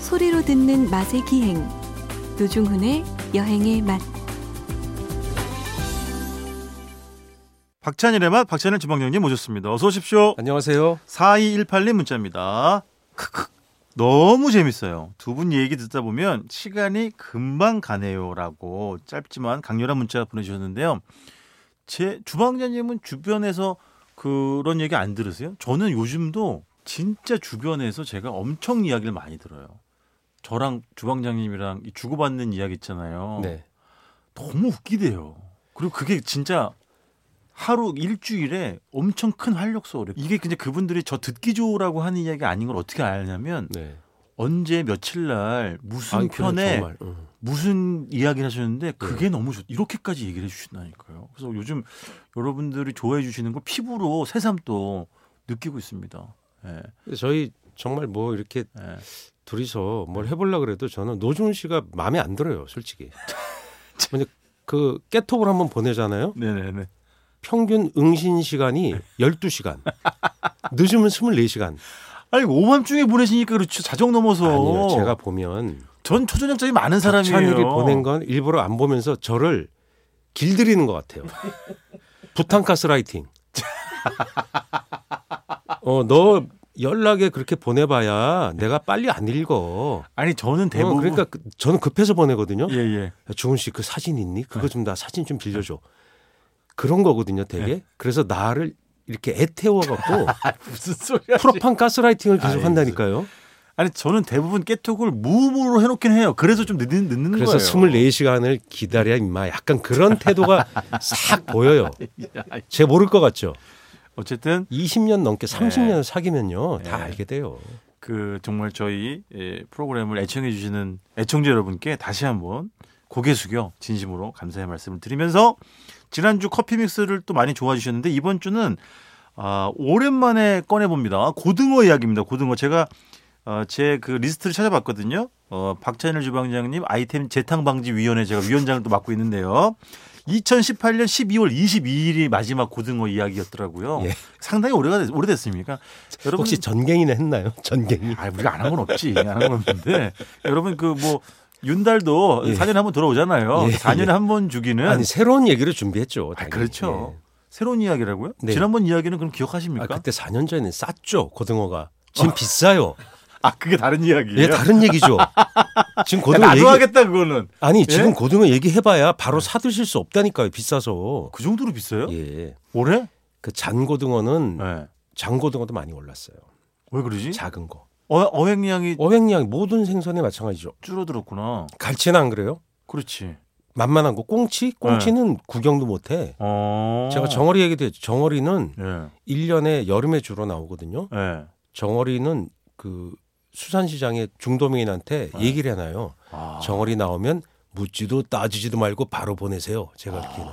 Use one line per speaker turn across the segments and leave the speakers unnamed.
소리로 듣는 맛의 기행 노중훈의 여행의 맛
박찬일의 맛 박찬일 주방장님 모셨습니다. 어서 오십시오.
안녕하세요.
4218님 문자입니다. 크크. 너무 재밌어요. 두 분 얘기 듣다 보면 시간이 금방 가네요라고 짧지만 강렬한 문자 보내주셨는데요. 제 주방장님은 주변에서 그런 얘기 안 들으세요? 저는 요즘도 진짜 주변에서 제가 엄청 이야기를 많이 들어요. 저랑 주방장님이랑 이 주고받는 이야기 있잖아요.
네.
너무 웃기대요. 그리고 그게 진짜 하루 일주일에 엄청 큰 활력소래. 이게 그냥 그분들이 저 듣기 좋으라고 하는 이야기가 아닌 걸 어떻게 아냐면
네.
언제 며칠 날 무슨
아니, 그냥
편에
정말, 네. 응.
무슨 이야기를 하셨는데 그게 너무 좋 이렇게까지 얘기를 해 주신다니까요. 그래서 요즘 여러분들이 좋아해 주시는 걸 피부로 새삼 또 느끼고 있습니다. 예.
저희 정말 뭐 이렇게
예.
둘이서 뭘 해보려 그래도 저는 노준 씨가 마음에 안 들어요, 솔직히. 근데 그 깨톡을 한번 보내잖아요.
네네네.
평균 응신 시간이
예.
12시간. 늦으면 24시간.
아니 오밤중에 보내시니까 그렇죠. 자정 넘어서.
아니요. 제가 보면
전 초저녁장이 많은 사람이에요.
찬일이 보낸 건 일부러 안 보면서 저를 길들이는 것 같아요. 부탄가스라이팅. 어, 너 연락에 그렇게 보내봐야 내가 빨리 안 읽어.
아니 저는
어,
대부분
그러니까 그- 저는 급해서 보내거든요.
예 예.
야, 주은 씨 그 사진 있니? 그거 좀 나 사진 좀 빌려줘. 그런 거거든요, 되게.
예.
그래서 나를 이렇게 애태워 갖고
무슨 소리야?
프로판 가스라이팅을 계속
아이,
한다니까요.
아니 저는 대부분 깨톡을 무음으로 해놓긴 해요. 그래서 좀 늦는 늦는
그래서
거예요.
24시간을 기다려 임마. 약간 그런 태도가 싹 보여요. 제 모를 것 같죠.
어쨌든
20년 넘게 30년을 사귀면요. 다
네.
알게 돼요.
그 정말 저희 예, 프로그램을 애청해 주시는 애청자 여러분께 다시 한번 고개 숙여 진심으로 감사의 말씀을 드리면서 지난주 커피 믹스를 또 많이 좋아해 주셨는데 이번 주는 아, 오랜만에 꺼내 봅니다. 고등어 이야기입니다. 고등어 제가 어, 제 그 리스트를 찾아봤거든요. 어, 박찬일 주방장님 아이템 재탕 방지 위원회 제가 위원장을 또 맡고 있는데요. 2018년 12월 22일이 마지막 고등어 이야기였더라고요.
예.
상당히 오래가 됐- 오래됐습니까? 여러분
혹시 전갱이나 했나요? 전갱이.
아, 우리가 안 한 건 없지. 안 한 건 없는데. 여러분 그 뭐 윤달도
예.
4년에 한 번 돌아오잖아요.
예,
4년에
예.
한 번 주기는
아니, 새로운 얘기를
네. 아,
준비했죠. 당연히.
그렇죠.
예.
새로운 이야기라고요?
네.
지난번 이야기는 그럼 기억하십니까?
아, 그때 4년 전에 쌌죠, 고등어가. 지금 비싸요.
게 아, 다른 이야기예요.
예, 다른 얘기죠. 지금
야,
고등어
나도
얘기
하겠다 그거는.
아니,
예? 네.
지금 고등어 얘기해봐야 바로 사드실 수 없다니까요, 비싸서.
그 정도로 비싸요?
예.
올해?
그 잔 고등어는
네.
장 고등어도 많이 올랐어요.
왜 그러지?
작은 거.
어, 어획량이
어획량 모든 생선에 마찬가지죠.
줄어들었구나.
갈치는 안 그래요?
그렇지.
만만한 거 꽁치? 꽁치는 구경도 못 해.
네. 어.
제가 정어리 얘기도 했죠. 정어리는
예.
1년에 여름에 주로 나오거든요.
예.
정어리는 그 수산시장의 중도민한테 얘기를 해놔요.
네. 아.
정어리 나오면 묻지도 따지지도 말고 바로 보내세요. 제가 이렇게는.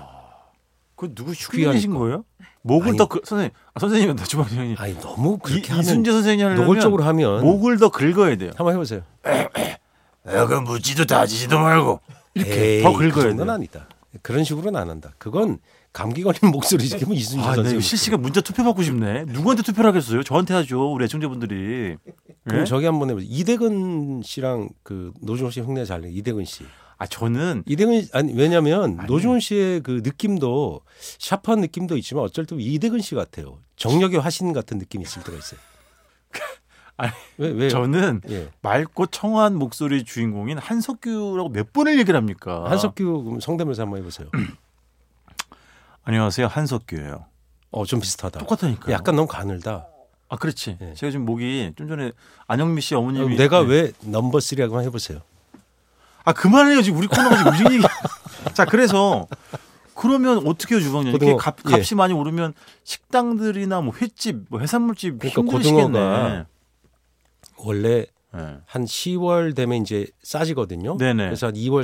그 누구 흉내내신
거.
거예요? 목을
아니.
더 그, 선생님, 아, 선생님은 나 주방장님.
아니 너무
이,
그렇게 하면
이순재 선생이 하려면 뭐
노골적으로 하면
목을 더 긁어야 돼요.
한번 해보세요.
내가 묻지도 다지지도 말고
에이,
더 긁어야
그 정도는
돼요.
아니다. 그런 식으로는 안 한다. 그건 감기 걸린 목소리 지금 이순재
아, 나
선생님.
이거 실시간 문자 투표 받고 싶네. 누구한테 투표를 하겠어요? 저한테 하죠. 우리 애청자분들이.
그럼
예?
저기 한번 해보세요. 이대근 씨랑 그 노중훈 씨 흉내 잘 내. 이대근 씨.
아, 저는
이대근 씨- 아니 왜냐면
아니요.
노중훈 씨의 그 느낌도 샤프한 느낌도 있지만 어쩔 때 이대근 씨 같아요. 정력의 화신 같은 느낌이 있을 때가 있어요.
아니,
왜 왜?
저는
예.
맑고 청아한 목소리 주인공인 한석규라고 몇 번을 얘기를 합니까?
한석규 그럼 성대모사 한번 해보세요.
안녕하세요. 한석규예요.
어 좀 비슷하다.
똑같으니까.
약간 너무 가늘다.
아, 그렇지.
예.
제가 지금 목이 좀 전에 안영미 씨 어머님이
내가
네.
왜 넘버 쓰리라고만 해보세요.
아, 그만해요. 지금 우리 코너가 지금 무슨 얘기. 자, 그래서 그러면 어떻게 해요, 주방장님? 이렇게
고등어,
값,
예.
값이 많이 오르면 식당들이나 뭐 횟집, 뭐 해산물집
그러니까
힘드시겠네. 예.
고등어가 원래
네.
한 10월 되면 이제 싸지거든요.
네네.
그래서 한 2월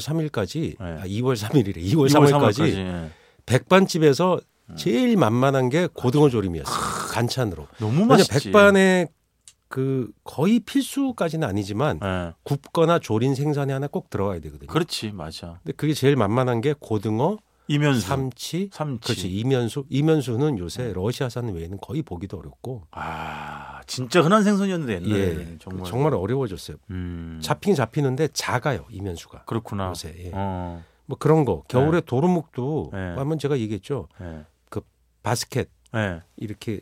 네.
3일까지, 아, 2월 3일이래. 2월,
2월
3월까지,
3월까지. 예.
백반집에서
음.
제일 만만한 게 고등어 조림이었어요. 간찬으로.
아, 너무
왜냐
맛있지.
백반에 그 거의 필수까지는 아니지만
예.
굽거나 조린 생선이 하나 꼭 들어가야 되거든요.
그렇지, 맞아.
근데 그게 제일 만만한 게 고등어,
이면수,
삼치,
그렇죠. 삼치. 음.
그렇지 이면수. 이면수는 요새 러시아산 외에는 거의 보기도 어렵고
아, 진짜 흔한 생선이었는데 옛날에
예,
정말.
정말 어려워졌어요.
음,
잡히긴 잡히는데 작아요 이면수가
그렇구나.
요새. 예.
어,
뭐 그런 거 겨울에 도루묵도
네.
한번 제가 얘기했죠.
예.
바스켓
예.
이렇게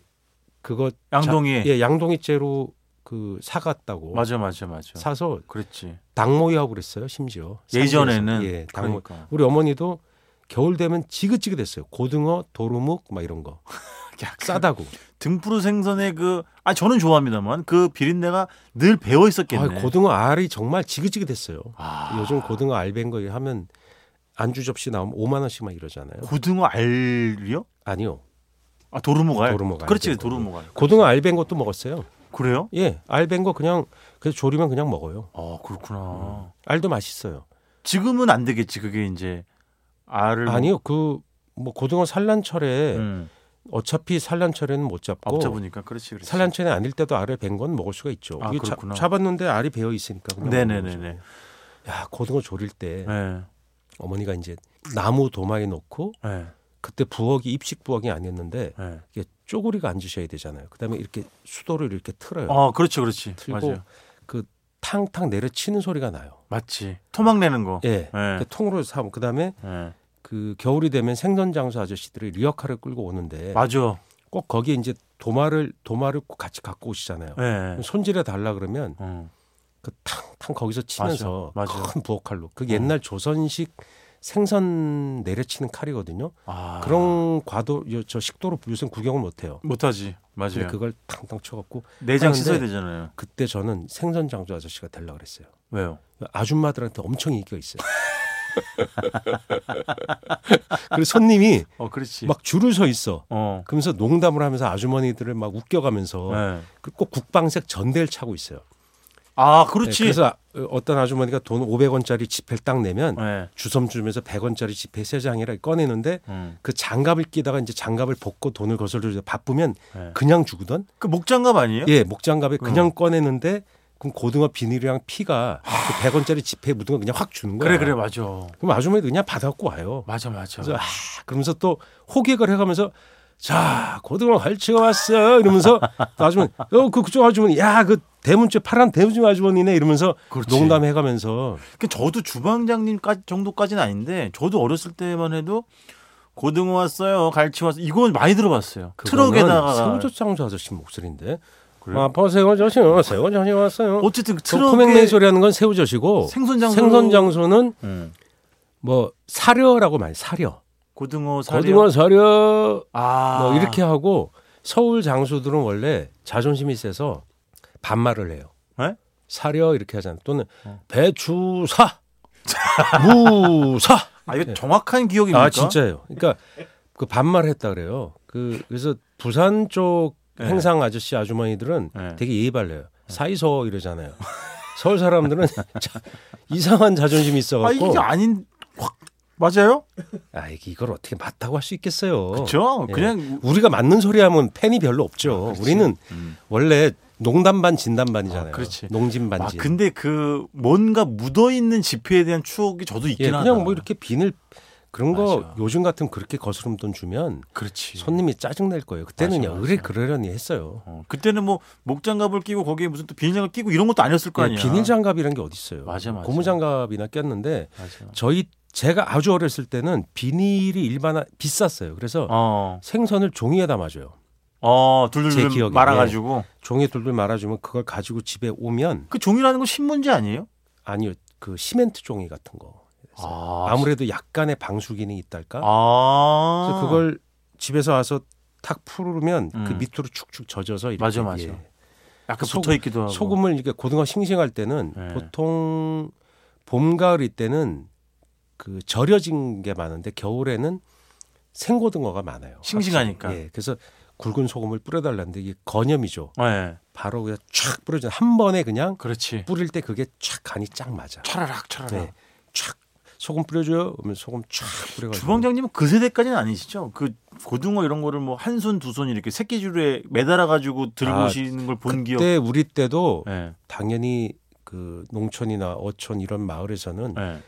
그거
양동이.
자- 예 양동이째로 그 사갔다고
맞아, 맞아, 맞아.
사서
그랬지.
당모이하고 그랬어요 심지어
예전에는
상점에서. 예 당모
그러니까.
우리 어머니도 겨울 되면 지긋지긋했어요 고등어 도루묵 막 이런 거
약간
싸다고
등푸르 생선의 그, 아 저는 좋아합니다만 그 비린내가 늘 배어
아,
있었겠네.
고등어 알이 정말 지긋지긋했어요
아,
요즘 고등어 알뱅 거 하면 안주 접시 나오면 5만 원씩 막 이러잖아요
고등어 알이요?
아니요
아 도루묵 알.
도루묵 알
그렇지,
된 거.
도루묵 알.
고등어 알뱅 것도 먹었어요
그래요?
예 알뱅 거 그냥 그래서 조리면 그냥 먹어요
아 그렇구나.
알도 맛있어요
지금은 안 되겠지 그게 이제 알을
아니요 그 뭐 고등어 산란철에
음,
어차피 산란철에는 못 잡고
앞자 보니까 그렇지 그렇지.
산란철에 아닐 때도 알을 뱀 건 먹을 수가 있죠.
그렇죠. 아,
이거 잡-
그렇구나.
잡았는데 알이 배어 있으니까 그냥
네네네네.
먹는 거죠. 야 고등어 조릴 때
네.
어머니가 이제 나무 도마에 놓고
네.
그때 부엌이 입식 부엌이 아니었는데
네.
이게 쪼그리가 앉으셔야 되잖아요. 그다음에 이렇게 수도를 이렇게 틀어요.
아 그렇지 그렇지.
틀고
맞아요.
그 탕탕 내려치는 소리가 나요.
맞지. 토막 내는 거.
예.
네.
그 통으로 사고 그다음에
네.
그 겨울이 되면 생선 장수 아저씨들이 리어카를 끌고 오는데
맞아.
꼭 거기에 이제 도마를 도마를 꼭 같이 갖고 오시잖아요.
네.
손질해 달라 그러면
어.
그 탕탕 거기서 치면서
맞아, 맞아.
큰 부엌 칼로
어.
그 옛날 조선식 생선 내려치는 칼이거든요.
아
그런 과도 요- 저 식도로 요새 구경을 못 해요.
못하지. 맞아요.
근데 그걸 탕탕 쳐갖고
내장
하는데-
씻어야 되잖아요.
그때 저는 생선 장조 아저씨가 되려 그랬어요.
왜요?
아줌마들한테 엄청 인기가 있어요. 그리고 손님이
어 그렇지.
막 줄을 서 있어.
어.
그러면서 농담을 하면서 아주머니들을 막 웃겨가면서
네.
그리고 꼭 국방색 전대를 차고 있어요.
아
네,
그렇지.
그래서 어떤 아주머니가 돈 500원짜리 지폐를 딱 내면
네.
주섬 주면서 100원짜리 지폐 세 장이라 꺼내는데
음.
그 장갑을 끼다가 이제 장갑을 벗고 돈을 거슬러 바쁘면
네.
그냥 주거든.
그 목장갑 아니에요?
예,
어.
목장갑에 그냥 꺼내는데 그럼 고등어 비닐이랑 피가 그 100원짜리 지폐 묻은 거 그냥 확 주는 거야.
그래 그래 맞아.
그럼 아주머니도 그냥 받아갖고 와요.
맞아 맞아.
그래서 아, 그러면서 또 호객을 해가면서 자 고등어 갈치가 왔어 이러면서 또 아주머니 어그 그쪽 아주머니 야 그 대문자 파란 대문자 아주머니네 이러면서
그렇지.
농담해가면서
그 저도 주방장님 까- 정도까지는 아닌데 저도 어렸을 때만 해도 고등어 왔어요, 갈치 왔어. 이건 많이 들어봤어요. 트럭에다가
새우젓장수 아저씨 목소리인데
그래요?
아빠 새우젓이 왔어요 새우젓이 왔어요
어쨌든
그 코맹맹이
트럭에
소리하는 건 새우젓이고
생선장수
생선장수는
음.
뭐 사려라고 말해 사려
고등어 사료
고등어 사려
아
뭐 이렇게 하고 서울 장수들은 원래 자존심이 세서 반말을 해요.
네?
사려 이렇게 하잖아요. 또는
어.
배추사 무사
아 이거 정확한 기억입니까?
네. 아 진짜예요. 그러니까 그 반말했다 그래요. 그 그래서 부산 쪽
네.
행상 아저씨 아주머니들은
네.
되게 예의 발려요. 사이소 이러잖아요. 서울 사람들은 자- 이상한 자존심이
아 이게
있어갖고
아닌 확 맞아요?
아 이게 이걸 어떻게 맞다고 할 수 있겠어요.
그렇죠.
예.
그냥
우리가 맞는 소리 하면 팬이 별로 없죠. 우리는
음.
원래 농담 반 진담 반이잖아요.
아, 그렇지.
농진 예, 반
아
진.
근데 그 뭔가 묻어 있는 지폐에 대한 추억이 저도 있긴
예,
하다.
그냥 뭐 이렇게 비늘 그런 거
맞아.
요즘 같으면 그렇게 거스름 돈 주면
그렇지.
손님이 짜증 낼 거예요.
맞아,
그때는요.
맞아.
의뢰 그러려니 했어요.
어, 그때는 뭐 목장갑을 끼고 거기에 무슨 또 비닐장갑 끼고 이런 것도 아니었을 거
예,
아니야.
비닐 장갑이란 게 어디 있어요?
맞아, 맞아.
고무 장갑이나 꼈는데
맞아.
저희 제가 아주 어렸을 때는 비닐이 일반 비쌌어요. 그래서
어,
생선을 종이에 담아줘요.
어, 둘둘
제 기억에. 예.
말아가지고
종이 둘둘 말아주면 그걸 가지고 집에 오면
그 종이라는 건 신문지 아니에요?
아니요 그 시멘트 종이 같은 거
아,
아무래도 약간의 방수 기능이 있달까.
아,
그래서 그걸 집에서 와서 탁 풀으면 그
음.
밑으로 축축 젖어서 이렇게
맞아, 맞아.
예.
약간
소금-
붙어 있기도 하고
소금을 이렇게 고등어 싱싱할 때는
네.
보통 봄 가을일 때는 그 절여진 게 많은데 겨울에는 생고등어가 많아요.
싱싱하니까.
예. 그래서 굵은 소금을 뿌려달라는데 이게 건염이죠.
네,
바로 그냥 촥 뿌려져 한 번에 그냥
그렇지.
뿌릴 때 그게 촥 간이 쫙 맞아.
차라락 차라락.
네. 촥 소금 뿌려줘요. 그러면 소금 촥 뿌려가지고
주방장님은 그 세대까지는 아니시죠? 그 고등어 이런 거를 뭐 한 손 두 손 이렇게 새끼줄에 매달아 가지고 들고
아,
오시는 걸 본 기억.
그때 우리 때도
예,
당연히 그 농촌이나 어촌 이런 마을에서는
예.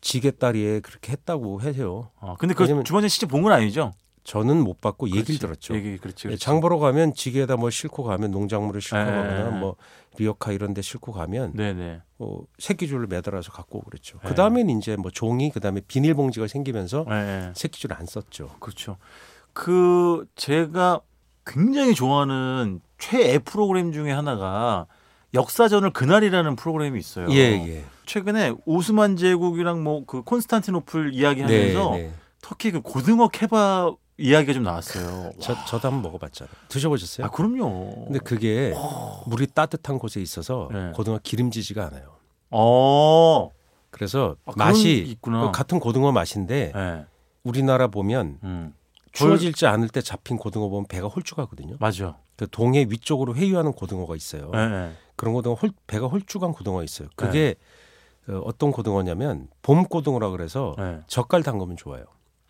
지게다리에 그렇게 했다고 해요.
어, 근데 그
왜냐면-
주방장님 진짜 본 건 아니죠?
저는 못 받고 얘기를
그렇지.
들었죠.
얘기 그렇지.
예,
그렇지.
장 보러 가면 지게에다 뭐 싣고 가면 농작물을 싣고
예.
가거나 뭐 리어카 이런 데 싣고 가면
네네.
어, 새끼줄로 매달아서 갖고 오고 그랬죠.
예.
그다음엔 이제 뭐 종이 그다음에 비닐봉지가 생기면서
예, 예.
새끼줄 안 썼죠.
그렇죠. 그 제가 굉장히 좋아하는 최애 프로그램 중에 하나가 역사전을 그날이라는 프로그램이 있어요.
예,
최근에 오스만 제국이랑 뭐 그 콘스탄티노플 이야기하면서
네, 네.
터키 그 고등어 케밥 이야기가 좀 나왔어요.
저
와.
저도 한번 먹어봤잖아요. 드셔보셨어요?
아 어. 그럼요.
그 근데 그게 물이 따뜻한 곳에 있어서
네.
고등어 기름지지가 않아요.
어.
그래서
아, 그런 게
맛이
있구나.
같은 고등어 맛인데
네.
우리나라 보면
음.
추워질지 않을 때 잡힌 고등어 보면 배가 홀쭉하거든요.
맞아.
그 동해 위쪽으로 회유하는 고등어가 있어요.
예. 네.
그런 고등어 홀, 배가 홀쭉한 고등어 있어요. 그게 어, 어떤 고등어냐면 봄 고등어라 그래서
네.
젓갈 담그면 좋아요.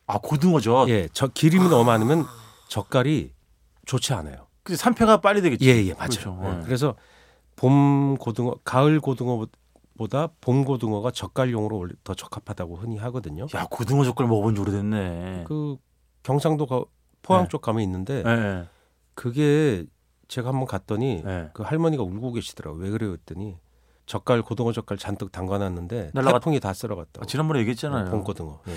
아 고등어죠.
예, 저 기름이 너무 많으면 젓갈이 좋지 않아요.
근데 산패가 빨리 되겠죠.
예, 예, 맞아요.
그렇죠.
예,
예.
그래서 봄 고등어, 가을 고등어보다 봄 고등어가 젓갈용으로 원래 더 적합하다고 흔히 하거든요.
예. 야 고등어 젓갈 먹어본 지 오래됐네.
그 경상도 가, 포항
네.
쪽 가면 있는데
예, 예.
그게 제가 한번 갔더니
예.
그 할머니가 울고 계시더라고요. 왜 그래요? 했더니 젓갈 고등어 젓갈 잔뜩 담가놨는데
날라갔-
태풍이 다 쓸어갔다고.
아, 지난번에 얘기했잖아요.
봄 고등어. 예.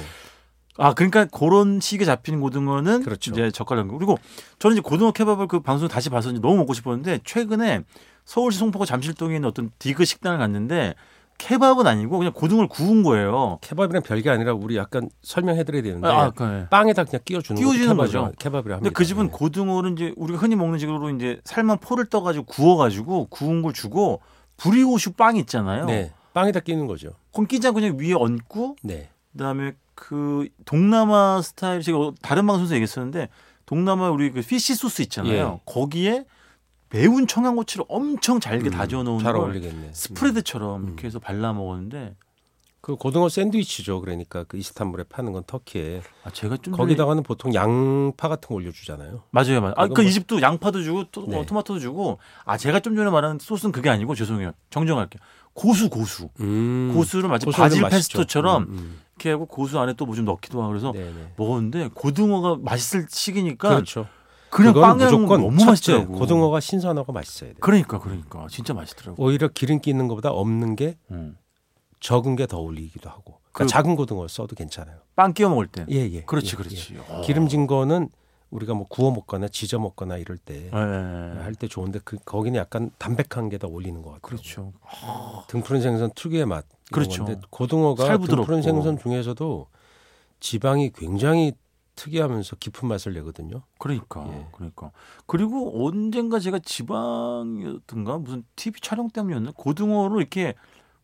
아 그러니까 그런 식에 잡힌 고등어는
그렇죠.
이제 젓갈 연구. 그리고 저는 이제 고등어 케밥을 그 방송 다시 봐서 이제 너무 먹고 싶었는데 최근에 서울시 송파구 잠실동에 있는 어떤 디그 식당을 갔는데 케밥은 아니고 그냥 고등어를 구운 거예요.
케밥이랑 별게 아니라 우리 약간 설명해드려야 되는데
아, 아, 그, 네.
빵에다 그냥 끼워주는
끼워주는
거
거죠.
케밥이라 합니다.
근데 그 집은
예.
고등어를 이제 우리가 흔히 먹는 식으로 이제 삶은 포를 떠가지고 구워가지고 구운 걸 주고 브리오슈 빵 있잖아요.
네. 빵에다 끼는 거죠.
그건 끼지 않고 그냥 위에 얹고
네.
그다음에 그 동남아 스타일 제가 다른 방송에서 얘기했었는데 동남아 우리 그 피시 소스
예.
있잖아요. 거기에 매운 청양고추를 엄청 잘게
음,
다져 놓은
잘
걸
어울리겠네.
스프레드처럼
음.
이렇게 해서 발라 먹었는데
그 고등어 샌드위치죠. 그러니까 그 이스탄불에 파는 건 터키에
아 제가 좀
거기다가는 보통 양파 같은 거 올려주잖아요.
맞아요, 맞아요. 아그
그건 뭐-
이집도 양파도 주고 토,
네.
마토도 주고 아 제가 좀 전에 말한 소스는 그게 아니고 죄송해요 정정할게요. 고수 고수 음.
음.
고수를 마치
고수 올리면
바질
맛있죠.
페스토처럼
음, 음.
이렇게 하고 고수 안에 또 뭐 좀 넣기도 하고 그래서
네네.
먹었는데 고등어가 맛있을 시기니까
그렇죠.
그러니까 그냥
이건
빵에 무조건
무조건
너무
첫째,
맛있더라고.
고등어가 신선하고 맛있어야 돼. 요
그러니까 그러니까 진짜 맛있더라고.
오히려 기름기 있는 것보다 없는 게
음.
적은 게 더 어울리기도 하고. 그러니까
그-
작은 고등어 써도 괜찮아요.
빵 끼워 먹을 때.
예, 예.
그렇지
예,
그렇지.
예.
어.
기름진 거는 우리가 뭐 구워 먹거나 지져 먹거나 이럴 때
예, 예,
할
예.
때 좋은데 그 거기는 약간 담백한 게 더 어울리는 것 같아요.
그렇죠.
등푸른 생선 특유의 맛. 이런
그렇죠.
건데 고등어가
살 부드럽고.
등푸른 생선 중에서도 지방이 굉장히 특이하면서 깊은 맛을 내거든요.
그러니까
예.
그러니까 그리고 언젠가 제가 지방이든가 무슨 TV 촬영 때문이었나 고등어로 이렇게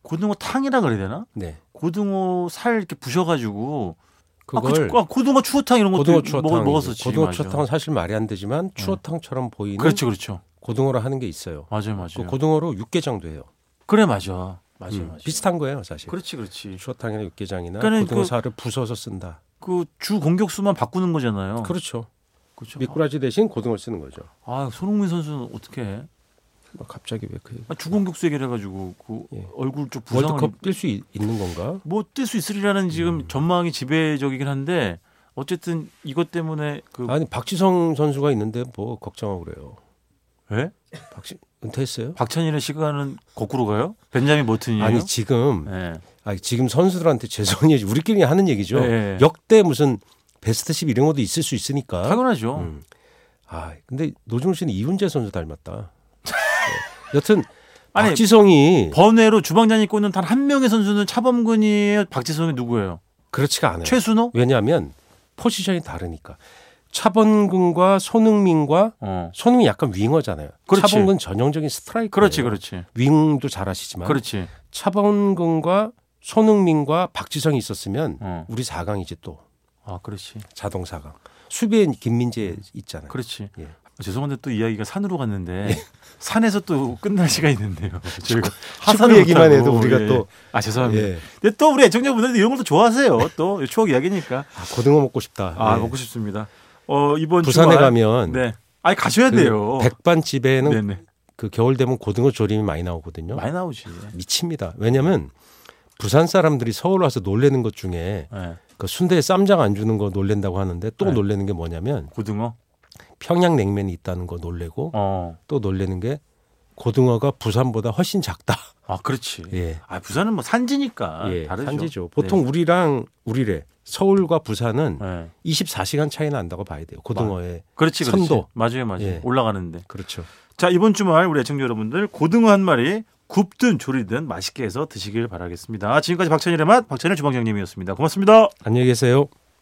고등어 탕이라 그래야 되나?
네.
고등어 살 이렇게 부셔가지고 아,
그걸
그쵸. 아, 고등어 추어탕 이런 것도
고등어 추어탕
먹, 먹었었지.
고등어
맞아. 네.
추어탕은 사실 말이 안 되지만 추어탕처럼 보이는
그렇죠 그렇죠.
고등어로 하는 게 있어요.
맞아요
그
맞아요.
고등어로 육개장도 해요.
그래 맞아 맞아
음,
맞아.
비슷한 거예요, 사실.
그렇지 그렇지.
추어탕이나
그렇죠.
육개장이나
그러니까는
고등어
그-
살을 부숴서 쓴다.
그 주 공격수만 바꾸는 거잖아요.
그렇죠.
어. 그렇죠.
미꾸라지 대신 고등어 쓰는 거죠.
아 손흥민 선수는 어떻게 해?
갑자기 왜 그
아, 주공격수 얘기해가지고 그
예.
얼굴 쪽 부상을
월드컵 뛸 수 있는 건가?
못뛸 수 있으리라는 지금
음.
전망이 지배적이긴 한데 어쨌든 이것 때문에 그
아니 박지성 선수가 있는데 뭐 걱정하고 그래요.
예?
박지 은퇴했어요?
박찬일의 시간은 거꾸로 가요? 벤자민 버튼이에요?
아니 지금
예.
아니, 지금 선수들한테 죄송해요. 우리끼리 하는 얘기죠.
예.
역대 무슨 베스트 10 이런 것도 있을 수 있으니까.
당연하죠.
음. 아 근데 노중훈 씨는 이훈재 선수 닮았다. 네. 여튼
아니,
박지성이
번외로 주방장이 꽂는 단 한 명의 선수는 차범근이에요. 박지성이 누구예요?
그렇지가 않아요.
최순호?
왜냐하면 포지션이 다르니까 차범근과 손흥민과
어.
손흥민 약간 윙어잖아요.
그렇지.
차범근 전형적인 스트라이커.
그렇지, 그렇지,
윙도 잘하시지만
그렇지.
차범근과 손흥민과 박지성이 있었으면
어.
우리 4강이지 또
아, 그렇지,
자동 4강. 수비엔 김민재 있잖아요.
그렇지.
예.
죄송한데 또 이야기가 산으로 갔는데 산에서 또 끝날 시간이 있는데요. 저희가
축구 얘기만 해도
못하고,
우리가 또-
아 죄송합니다.
예.
근데 또 우리 애청자분들도 이런 걸또 좋아하세요. 또 추억 이야기니까.
아, 고등어 먹고 싶다.
아
예.
먹고 싶습니다. 어 이번
부산에
주말-
가면
네. 아니 가셔야
그
돼요.
백반집에는
네네.
그 겨울 되면 고등어 조림이 많이 나오거든요.
많이 나오지.
미칩니다. 왜냐면 부산 사람들이 서울 와서 놀래는 것 중에
네.
그 순대에 쌈장 안 주는 거 놀랜다고 하는데 또
네.
놀래는 게 뭐냐면
고등어.
평양냉면이 있다는 거 놀래고
어.
또 놀래는 게 고등어가 부산보다 훨씬 작다.
아 그렇지.
예.
아 부산은 뭐 산지니까
예,
다르죠. 네.
산지죠. 보통 우리랑 우리래 서울과 부산은
예.
24시간 차이 난다고 봐야 돼요. 고등어에
그렇지 그렇지.
선도.
맞아요 맞아요.
예.
올라가는데.
그렇죠.
자 이번 주말 우리 애청자 여러분들 고등어 한 마리 굽든 조리든 맛있게 해서 드시길 바라겠습니다. 지금까지 박찬일의 맛 박찬일 주방장님이었습니다. 고맙습니다.
안녕히 계세요.